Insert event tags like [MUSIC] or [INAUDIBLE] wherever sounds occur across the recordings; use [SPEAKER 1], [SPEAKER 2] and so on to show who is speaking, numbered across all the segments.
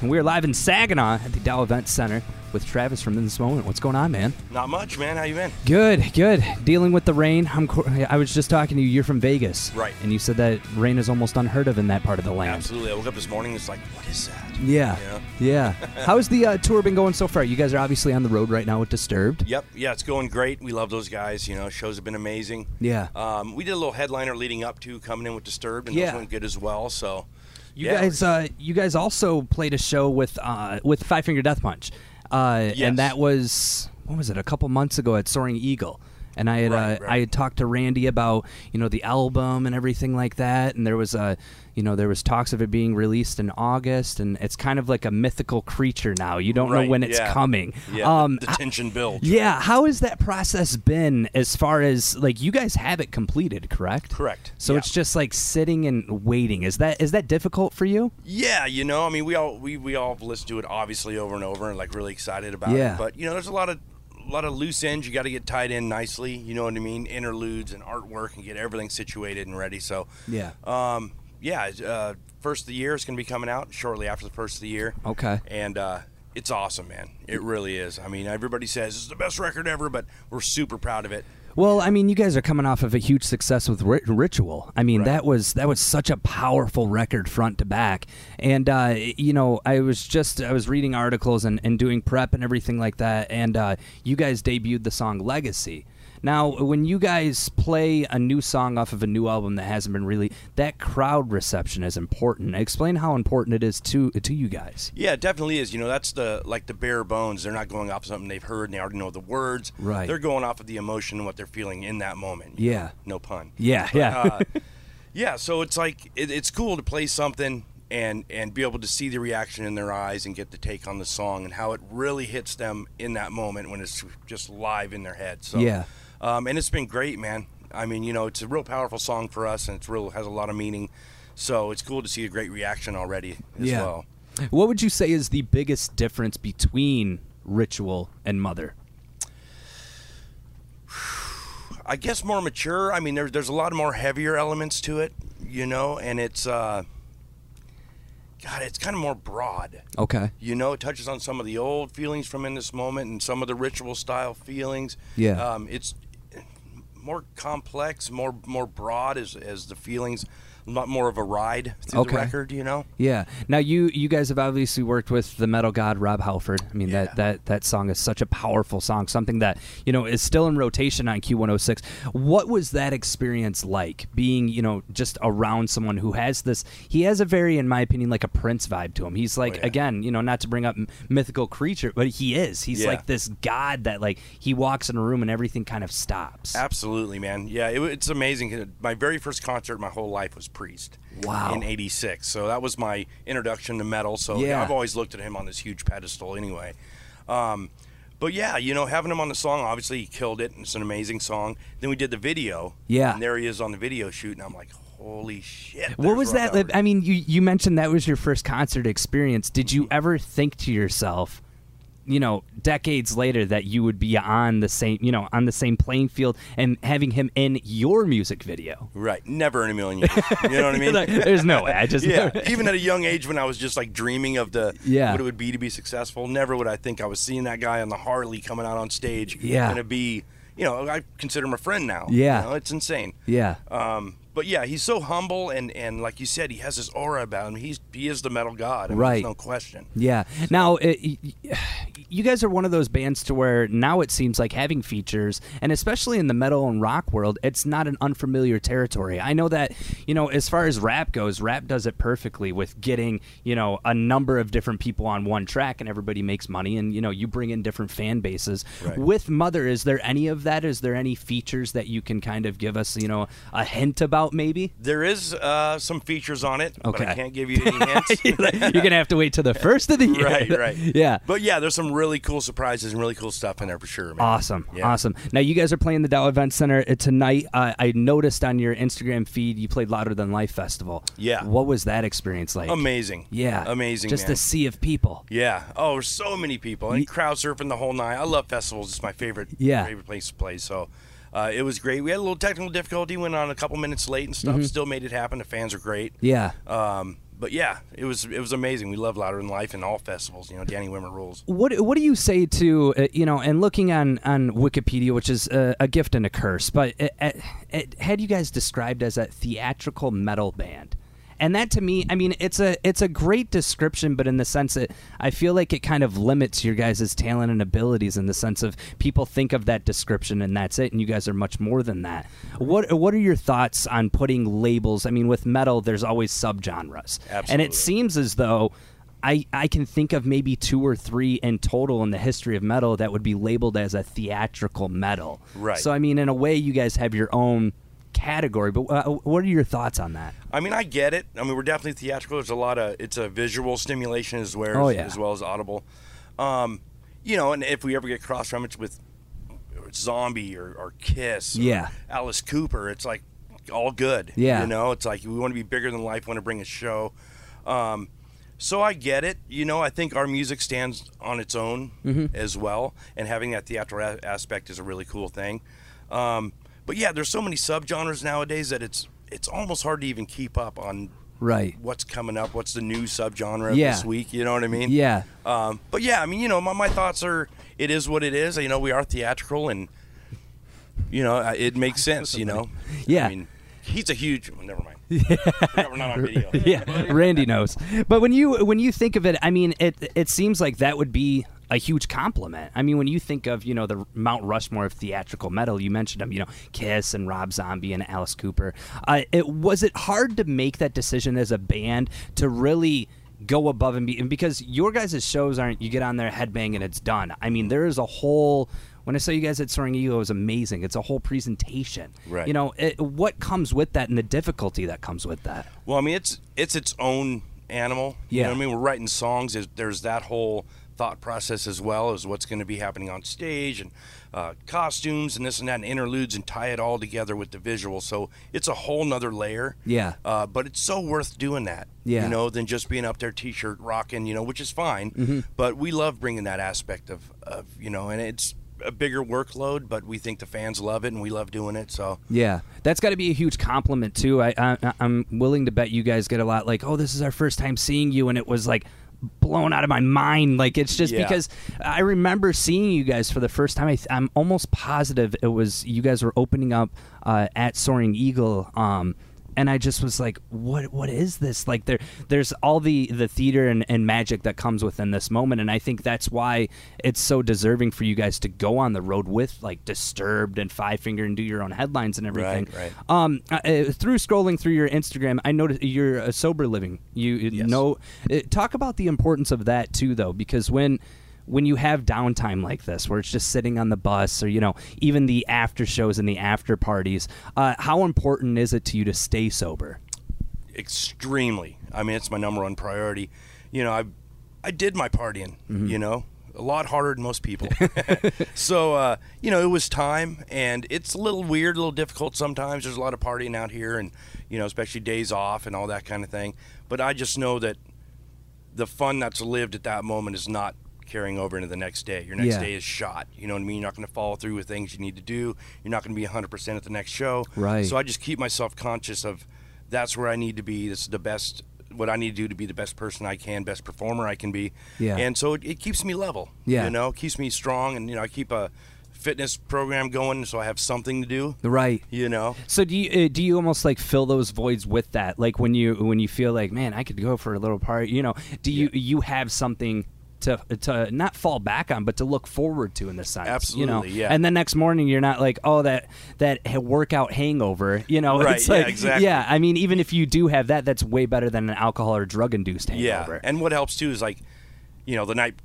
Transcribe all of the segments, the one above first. [SPEAKER 1] and we are live in Saginaw at the Dell Event Center with Travis from This Moment. What's going on, man?
[SPEAKER 2] Not much, man. How you been?
[SPEAKER 1] Good, good. Dealing with the rain. I'm. co- I was just talking to you. You're from Vegas,
[SPEAKER 2] Right.
[SPEAKER 1] And you said that rain is almost unheard of in that part of the land.
[SPEAKER 2] Absolutely. I woke up this morning. It's like, what is that?
[SPEAKER 1] Yeah, [LAUGHS] yeah. How's the uh, tour been going so far? You guys are obviously on the road right now with Disturbed.
[SPEAKER 2] Yep. Yeah, it's going great. We love those guys. You know, shows have been amazing.
[SPEAKER 1] Yeah.
[SPEAKER 2] Um, we did a little headliner leading up to coming in with Disturbed, and
[SPEAKER 1] Yeah.
[SPEAKER 2] those went good as well. So,
[SPEAKER 1] You
[SPEAKER 2] yeah.
[SPEAKER 1] guys, uh, you guys also played a show with uh, with Five Finger Death Punch, uh,
[SPEAKER 2] Yes.
[SPEAKER 1] and that was what was it? A couple months ago at Soaring Eagle, and I had
[SPEAKER 2] Right,
[SPEAKER 1] uh,
[SPEAKER 2] right.
[SPEAKER 1] I had talked to Randy about you know the album and everything like that, and there was uh, you know there was talks of it being released in August, and it's kind of like a mythical creature now. You don't know
[SPEAKER 2] Right,
[SPEAKER 1] when it's
[SPEAKER 2] yeah.
[SPEAKER 1] coming.
[SPEAKER 2] yeah,
[SPEAKER 1] Um,
[SPEAKER 2] the tension built.
[SPEAKER 1] yeah, how has that process been as far as like you guys have it completed, correct?
[SPEAKER 2] Correct.
[SPEAKER 1] So
[SPEAKER 2] Yeah.
[SPEAKER 1] it's just like sitting and waiting. Is that is that difficult for you?
[SPEAKER 2] Yeah, you know, I mean, we all we, we all listen to it obviously over and over, and like really excited about
[SPEAKER 1] Yeah.
[SPEAKER 2] it. But you know, there's a lot of a lot of loose ends you got to get tied in nicely. You know what I mean? Interludes and artwork, and get everything situated and ready. So
[SPEAKER 1] Yeah.
[SPEAKER 2] Um, yeah, it's, uh, first of the year is going to be coming out shortly after the first of the year.
[SPEAKER 1] Okay.
[SPEAKER 2] And uh, it's awesome, man. It really is. I mean, everybody says it's the best record ever, but we're super proud of it.
[SPEAKER 1] Well, I mean, you guys are coming off of a huge success with Ri- Ritual. I mean, that was that was such a powerful record front to back. And uh, you know, I was just I was reading articles and, and doing prep and everything like that. And uh, you guys debuted the song Legacy. Now, when you guys play a new song off of a new album that hasn't been really, that crowd reception is important. Explain how important it is to to you guys.
[SPEAKER 2] Yeah, it definitely is. You know, that's the like the bare bones. They're not going off something they've heard and they already know the words.
[SPEAKER 1] Right.
[SPEAKER 2] They're going off of the emotion and what they're feeling in that moment. you
[SPEAKER 1] Yeah.
[SPEAKER 2] know? No pun.
[SPEAKER 1] Yeah, yeah.
[SPEAKER 2] uh, yeah, so it's like it, it's cool to play something and and be able to see the reaction in their eyes and get the take on the song and how it really hits them in that moment when it's just live in their head. So
[SPEAKER 1] Yeah.
[SPEAKER 2] um, and it's been great, man. I mean, you know, it's a real powerful song for us and it's real has a lot of meaning. So it's cool to see a great reaction already as well.
[SPEAKER 1] What would you say is the biggest difference between Ritual and Mother?
[SPEAKER 2] I guess more mature. I mean, there's there's a lot more heavier elements to it, you know, and it's uh, God, it's kind of more broad.
[SPEAKER 1] Okay.
[SPEAKER 2] You know, it touches on some of the old feelings from in this moment and some of the ritual style feelings.
[SPEAKER 1] Yeah.
[SPEAKER 2] um, it's more complex, more more broad as as the feelings, not more of a ride through
[SPEAKER 1] Okay.
[SPEAKER 2] the record. You know,
[SPEAKER 1] Yeah. Now you you guys have obviously worked with the metal god Rob Halford. I mean that that that song is such a powerful song, something that you know is still in rotation on Q106. What was that experience like being you know just around someone who has this? He has a very, in my opinion, like a Prince vibe to him. He's like
[SPEAKER 2] Oh, yeah.
[SPEAKER 1] again, you know, not to bring up m- mythical creature, but he is. He's
[SPEAKER 2] Yeah.
[SPEAKER 1] like this god that like he walks in a room and everything kind of stops.
[SPEAKER 2] absolutely, man. Yeah, it, it's amazing. My very first concert my whole life was Priest.
[SPEAKER 1] Wow.
[SPEAKER 2] In '86, so that was my introduction to metal. So
[SPEAKER 1] Yeah.
[SPEAKER 2] I've always looked at him on this huge pedestal, anyway. Um, but yeah, you know, having him on the song, obviously he killed it, and it's an amazing song. Then we did the video.
[SPEAKER 1] Yeah.
[SPEAKER 2] And there he is on the video shoot, and I'm like, holy shit.
[SPEAKER 1] What
[SPEAKER 2] there's
[SPEAKER 1] was
[SPEAKER 2] Rob
[SPEAKER 1] that?
[SPEAKER 2] Halford.
[SPEAKER 1] I mean, you, you mentioned that was your first concert experience. Did you ever think to yourself, you know, decades later that you would be on the same, you know, on the same playing field and having him in your music video?
[SPEAKER 2] [LAUGHS] Right. Never in a million years. You
[SPEAKER 1] [LAUGHS]
[SPEAKER 2] know what I mean?
[SPEAKER 1] Like, there's no way. I just [LAUGHS]
[SPEAKER 2] [LAUGHS] yeah. Even at a young age when I was just like dreaming of the
[SPEAKER 1] Yeah.
[SPEAKER 2] what it would be to be successful, never would I think I was seeing that guy on the Harley coming out on stage.
[SPEAKER 1] Yeah.
[SPEAKER 2] And to be, you know, I consider him a friend now.
[SPEAKER 1] Yeah.
[SPEAKER 2] You know, it's insane.
[SPEAKER 1] yeah.
[SPEAKER 2] Um, but yeah, he's so humble and, and like you said, he has this aura about him. He's he is the metal god. I mean, there's
[SPEAKER 1] Right.
[SPEAKER 2] no question.
[SPEAKER 1] Yeah. Now, it, y- [SIGHS] you guys are one of those bands to where now it seems like having features, and especially in the metal and rock world, it's not an unfamiliar territory. I know that, you know, as far as rap goes, rap does it perfectly with getting, you know, a number of different people on one track and everybody makes money and, you know, you bring in different fan bases.
[SPEAKER 2] Right.
[SPEAKER 1] With Mother, is there any of that? Is there any features that you can kind of give us, you know, a hint about
[SPEAKER 2] [LAUGHS]
[SPEAKER 1] maybe? [LAUGHS]
[SPEAKER 2] There is uh, some features on it, but
[SPEAKER 1] Okay.
[SPEAKER 2] I can't give you
[SPEAKER 1] [LAUGHS]
[SPEAKER 2] any hints.
[SPEAKER 1] You're going to have to wait till the first of the year.
[SPEAKER 2] [LAUGHS] right,
[SPEAKER 1] [LAUGHS]
[SPEAKER 2] right.
[SPEAKER 1] Yeah.
[SPEAKER 2] But yeah, there's some really cool surprises and really cool stuff in there for sure, man.
[SPEAKER 1] Awesome,
[SPEAKER 2] Yeah.
[SPEAKER 1] awesome. Now you guys are playing the Dow Event Center uh, tonight. Uh, I noticed on your Instagram feed you played Louder Than Life Festival.
[SPEAKER 2] Yeah.
[SPEAKER 1] what was that experience like?
[SPEAKER 2] Amazing.
[SPEAKER 1] Yeah,
[SPEAKER 2] Amazing.
[SPEAKER 1] Just
[SPEAKER 2] man.
[SPEAKER 1] a sea of people.
[SPEAKER 2] Yeah. Oh, there's so many people and crowd surfing the whole nine. I love festivals. It's my favorite.
[SPEAKER 1] Yeah.
[SPEAKER 2] Favorite place to play. So. Uh, it was great. We had a
[SPEAKER 1] Mm-hmm.
[SPEAKER 2] little technical difficulty, went on a couple minutes late and stuff. Still made it happen. The fans are great.
[SPEAKER 1] Yeah,
[SPEAKER 2] Um, but yeah, it was it was amazing. We love Louder Than Life and all festivals. You know, Danny Wimmer rules.
[SPEAKER 1] What What do you say to uh, you know? And looking on on Wikipedia, which is uh, a gift and a curse, but it, it, it had you guys described as a theatrical metal band, and that to me, I mean, it's a it's a great description, but in the sense that I feel like it kind of limits your guys' talent and abilities in the sense of people think of that description and that's it, and you guys are much more than that. What What are your thoughts on putting labels? I mean, with metal, there's always subgenres, and
[SPEAKER 2] Absolutely.
[SPEAKER 1] it seems as though. I, I can think of maybe two or three in total in the history of metal that would be labeled as a theatrical metal.
[SPEAKER 2] Right.
[SPEAKER 1] So I mean, in a way, you guys have your own category. But uh, what are your thoughts on that?
[SPEAKER 2] I mean, I get it. I mean, we're definitely theatrical. There's a lot of it's a visual stimulation as well as,
[SPEAKER 1] Oh, yeah.
[SPEAKER 2] as well as audible. Um, you know, and if we ever get cross referenced with Zombie or, or Kiss, or
[SPEAKER 1] Yeah.
[SPEAKER 2] Alice Cooper, it's like all good.
[SPEAKER 1] Yeah.
[SPEAKER 2] you know, it's like we want to be bigger than life. Want to bring a show. Um, so I get it. You know, I think our music stands on its own
[SPEAKER 1] Mm-hmm.
[SPEAKER 2] as well, and having that theatrical a- aspect is a really cool thing. Um, but yeah, there's so many subgenres nowadays that it's it's almost hard to even keep up on
[SPEAKER 1] Right.
[SPEAKER 2] what's coming up, what's the new subgenre of
[SPEAKER 1] Yeah.
[SPEAKER 2] this week. You know what I mean?
[SPEAKER 1] Yeah.
[SPEAKER 2] Um, but yeah, I mean, you know, my, my thoughts are it is what it is. You know, we are theatrical, and you know, I-
[SPEAKER 1] [LAUGHS]
[SPEAKER 2] it makes sense. You know,
[SPEAKER 1] Yeah.
[SPEAKER 2] I mean, he's a huge.
[SPEAKER 1] [LAUGHS]
[SPEAKER 2] Well, never mind. Forgot We're not on video.
[SPEAKER 1] yeah, Randy knows. But when you when you think of it, I mean, it it seems like that would be a huge compliment. I mean, when you think of you know the Mount Rushmore of theatrical metal, you mentioned them, you know, Kiss and Rob Zombie and Alice Cooper. Uh, it was it hard to make that decision as a band to really go above and be and because your guys' shows aren't you get on there headbang and it's done. I mean, there is a whole. When I saw you guys at Soaring Eagle, it was amazing. It's a whole presentation.
[SPEAKER 2] Right.
[SPEAKER 1] You know, it, what comes with that and the difficulty that comes with that.
[SPEAKER 2] Well, I mean, it's it's its own animal. You
[SPEAKER 1] Yeah.
[SPEAKER 2] know what I mean, we're writing songs. There's, there's that whole thought process as well as what's going to be happening on stage and uh, costumes and this and that and interludes and tie it all together with the visual. So it's a whole nother layer.
[SPEAKER 1] Yeah.
[SPEAKER 2] Uh, but it's so worth doing that.
[SPEAKER 1] Yeah.
[SPEAKER 2] You know, than just being up there t-shirt rocking. You know, which is fine.
[SPEAKER 1] Mm-hmm.
[SPEAKER 2] But we love bringing that aspect of of you know, and it's a bigger workload, but we think the fans love it and we love doing it. So.
[SPEAKER 1] Yeah, that's got to be a huge compliment too. I, I I'm willing to bet you guys get a lot like, oh, this is our first time seeing you, and it was like blown out of my mind. Like it's just
[SPEAKER 2] Yeah.
[SPEAKER 1] because I remember seeing you guys for the first time. I th- I'm almost positive it was you guys were opening up uh, at Soaring Eagle. Um, and I just was like, what what is this? Like there there's all the the theater and, and magic that comes within this moment and I think that's why it's so deserving for you guys to go on the road with like Disturbed and Five Finger and do your own headlines and everything.
[SPEAKER 2] right.
[SPEAKER 1] Um uh, uh, through scrolling through your Instagram, I noticed you're a sober living. You
[SPEAKER 2] Yes.
[SPEAKER 1] know uh, talk about the importance of that too though because when when you have downtime like this where it's just sitting on the bus or you know even the after shows and the after parties uh, how important is it to you to stay sober
[SPEAKER 2] extremely. I mean, it's my number one priority. You know, I I did my partying.
[SPEAKER 1] Mm-hmm.
[SPEAKER 2] You know, a lot harder than
[SPEAKER 1] [LAUGHS]
[SPEAKER 2] most people. [LAUGHS] so uh, you know, it was time, and it's a little weird, a little difficult sometimes. There's a lot of partying out here, and you know, especially days off and all that kind of thing. But I just know that the fun that's lived at that moment is not carrying over into the next day. Your next
[SPEAKER 1] Yeah.
[SPEAKER 2] day is shot. You know what I mean? You're not going to follow through with things you need to do. You're not going to be 100% at the next show.
[SPEAKER 1] Right.
[SPEAKER 2] So I just keep myself conscious of that's where I need to be. This is the best, what I need to do to be the best person I can, best performer I can be.
[SPEAKER 1] Yeah.
[SPEAKER 2] And so it, it keeps me level.
[SPEAKER 1] Yeah.
[SPEAKER 2] You know, keeps me strong. And, you know, I keep a fitness program going so I have something to do.
[SPEAKER 1] right
[SPEAKER 2] You know?
[SPEAKER 1] so do you uh, do you almost like fill those voids with that like when you when you feel like man I could go for a little party you know do you you have something to, to not fall back on, but to look forward to in the sense, you know?
[SPEAKER 2] Absolutely, yeah.
[SPEAKER 1] And the next morning, you're not like, oh, that that ha- workout hangover, you know?
[SPEAKER 2] Right,
[SPEAKER 1] It's
[SPEAKER 2] yeah,
[SPEAKER 1] like-
[SPEAKER 2] exactly.
[SPEAKER 1] Yeah, I mean, even if you do have that, that's way better than an alcohol or drug induced hangover.
[SPEAKER 2] Yeah, and what helps too is like, you know, the night,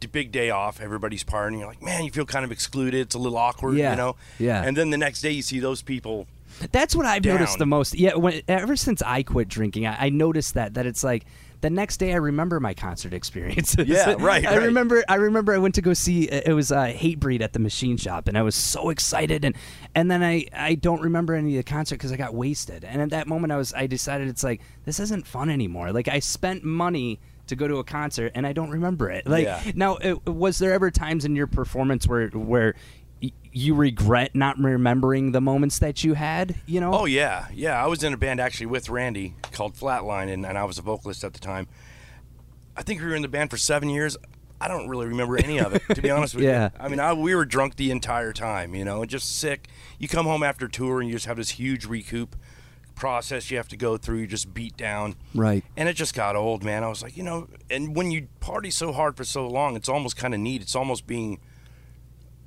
[SPEAKER 2] the big day off, everybody's partying. You're like, man, you feel kind of excluded. It's a little awkward,
[SPEAKER 1] Yeah,
[SPEAKER 2] you know.
[SPEAKER 1] yeah.
[SPEAKER 2] And then the next day, you see those people.
[SPEAKER 1] That's what I've
[SPEAKER 2] Down.
[SPEAKER 1] noticed the most. Yeah, when, ever since I quit drinking, I, I noticed that that it's like the next day I remember my concert experiences. [LAUGHS]
[SPEAKER 2] Yeah, right,
[SPEAKER 1] I
[SPEAKER 2] right.
[SPEAKER 1] remember. I remember I went to go see uh, it was uh, Hatebreed at the Machine Shop, and I was so excited, and and then I I don't remember any of the concert because I got wasted, and at that moment I was I decided it's like this isn't fun anymore. Like I spent money. To go to a concert and I don't remember it. Like
[SPEAKER 2] Yeah.
[SPEAKER 1] now, it, was there ever times in your performance where where y- you regret not remembering the moments that you had, you know?
[SPEAKER 2] Oh yeah, yeah. I was in a band actually with Randy called Flatline, and, and I was a vocalist at the time. I think we were in the band for seven years. I don't really remember any of it, to be honest with
[SPEAKER 1] Yeah.
[SPEAKER 2] you. I mean, I, we were drunk the entire time, you know, and just sick. You come home after tour and you just have this huge recoup process you have to go through. You just beat down.
[SPEAKER 1] Right.
[SPEAKER 2] And it just got old, man. I was like, you know, and when you party so hard for so long, it's almost kind of neat. It's almost being,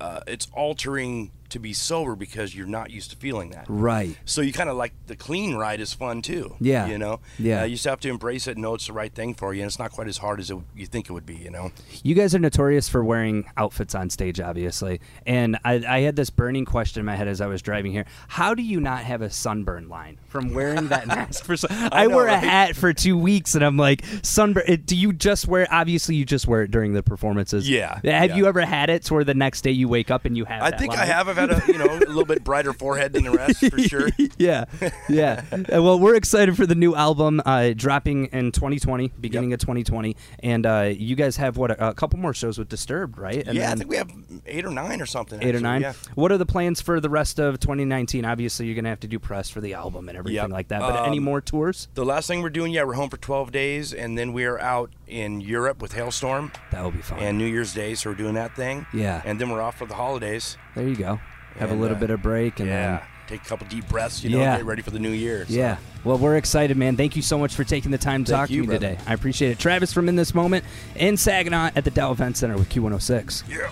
[SPEAKER 2] uh, it's altering to be sober because you're not used to feeling that.
[SPEAKER 1] Right.
[SPEAKER 2] So you kind of like the clean ride is fun too.
[SPEAKER 1] Yeah.
[SPEAKER 2] You know?
[SPEAKER 1] Yeah.
[SPEAKER 2] Uh, you just have to embrace it and know it's the right thing for you. And it's not quite as hard as it, you think it would be, you know?
[SPEAKER 1] You guys are notorious for wearing outfits on stage, obviously. And I, I had this burning question in my head as I was driving here. How do you not have a sunburn line from wearing
[SPEAKER 2] [LAUGHS]
[SPEAKER 1] that mask for sun? I,
[SPEAKER 2] know,
[SPEAKER 1] wear a
[SPEAKER 2] right?
[SPEAKER 1] hat for two weeks and I'm like, sunburn. It, do you just wear Obviously, you just wear it during the performances.
[SPEAKER 2] Yeah,
[SPEAKER 1] Have
[SPEAKER 2] yeah.
[SPEAKER 1] you ever had it to where the next day you wake up and you have
[SPEAKER 2] I
[SPEAKER 1] that
[SPEAKER 2] think I
[SPEAKER 1] line?
[SPEAKER 2] have. I've had a, you know, a little bit brighter forehead than the rest
[SPEAKER 1] [LAUGHS]
[SPEAKER 2] for sure.
[SPEAKER 1] yeah, yeah. Uh, Well, we're excited for the new album uh, dropping in 2020, beginning of 2020, and uh, you guys have what a, a couple more shows with Disturbed, right? And
[SPEAKER 2] yeah. I
[SPEAKER 1] then
[SPEAKER 2] think we have eight or nine or something.
[SPEAKER 1] eight or
[SPEAKER 2] actually,
[SPEAKER 1] nine.
[SPEAKER 2] Yeah.
[SPEAKER 1] What are the plans for the rest of 2019? Obviously, you're gonna have to do press for the album and everything
[SPEAKER 2] Yep.
[SPEAKER 1] like that. But any
[SPEAKER 2] Um,
[SPEAKER 1] more tours?
[SPEAKER 2] The last thing we're doing, yeah, we're home for 12 days. And then we are out in Europe with Hailstorm
[SPEAKER 1] That will be fun.
[SPEAKER 2] and New Year's Day. So we're doing that thing.
[SPEAKER 1] Yeah.
[SPEAKER 2] And then we're off for the holidays.
[SPEAKER 1] there you go. Have a
[SPEAKER 2] and,
[SPEAKER 1] little
[SPEAKER 2] uh,
[SPEAKER 1] bit of break and
[SPEAKER 2] Yeah.
[SPEAKER 1] then.
[SPEAKER 2] Take a couple deep breaths, you know,
[SPEAKER 1] Yeah.
[SPEAKER 2] get ready for the new year. so.
[SPEAKER 1] Yeah. Well, we're excited, man. Thank you so much for taking the time to
[SPEAKER 2] Thank
[SPEAKER 1] talk
[SPEAKER 2] you,
[SPEAKER 1] to me
[SPEAKER 2] brother.
[SPEAKER 1] today. I appreciate it. Travis from In This Moment in Saginaw at the Dow Event Center with Q106.
[SPEAKER 2] Yeah.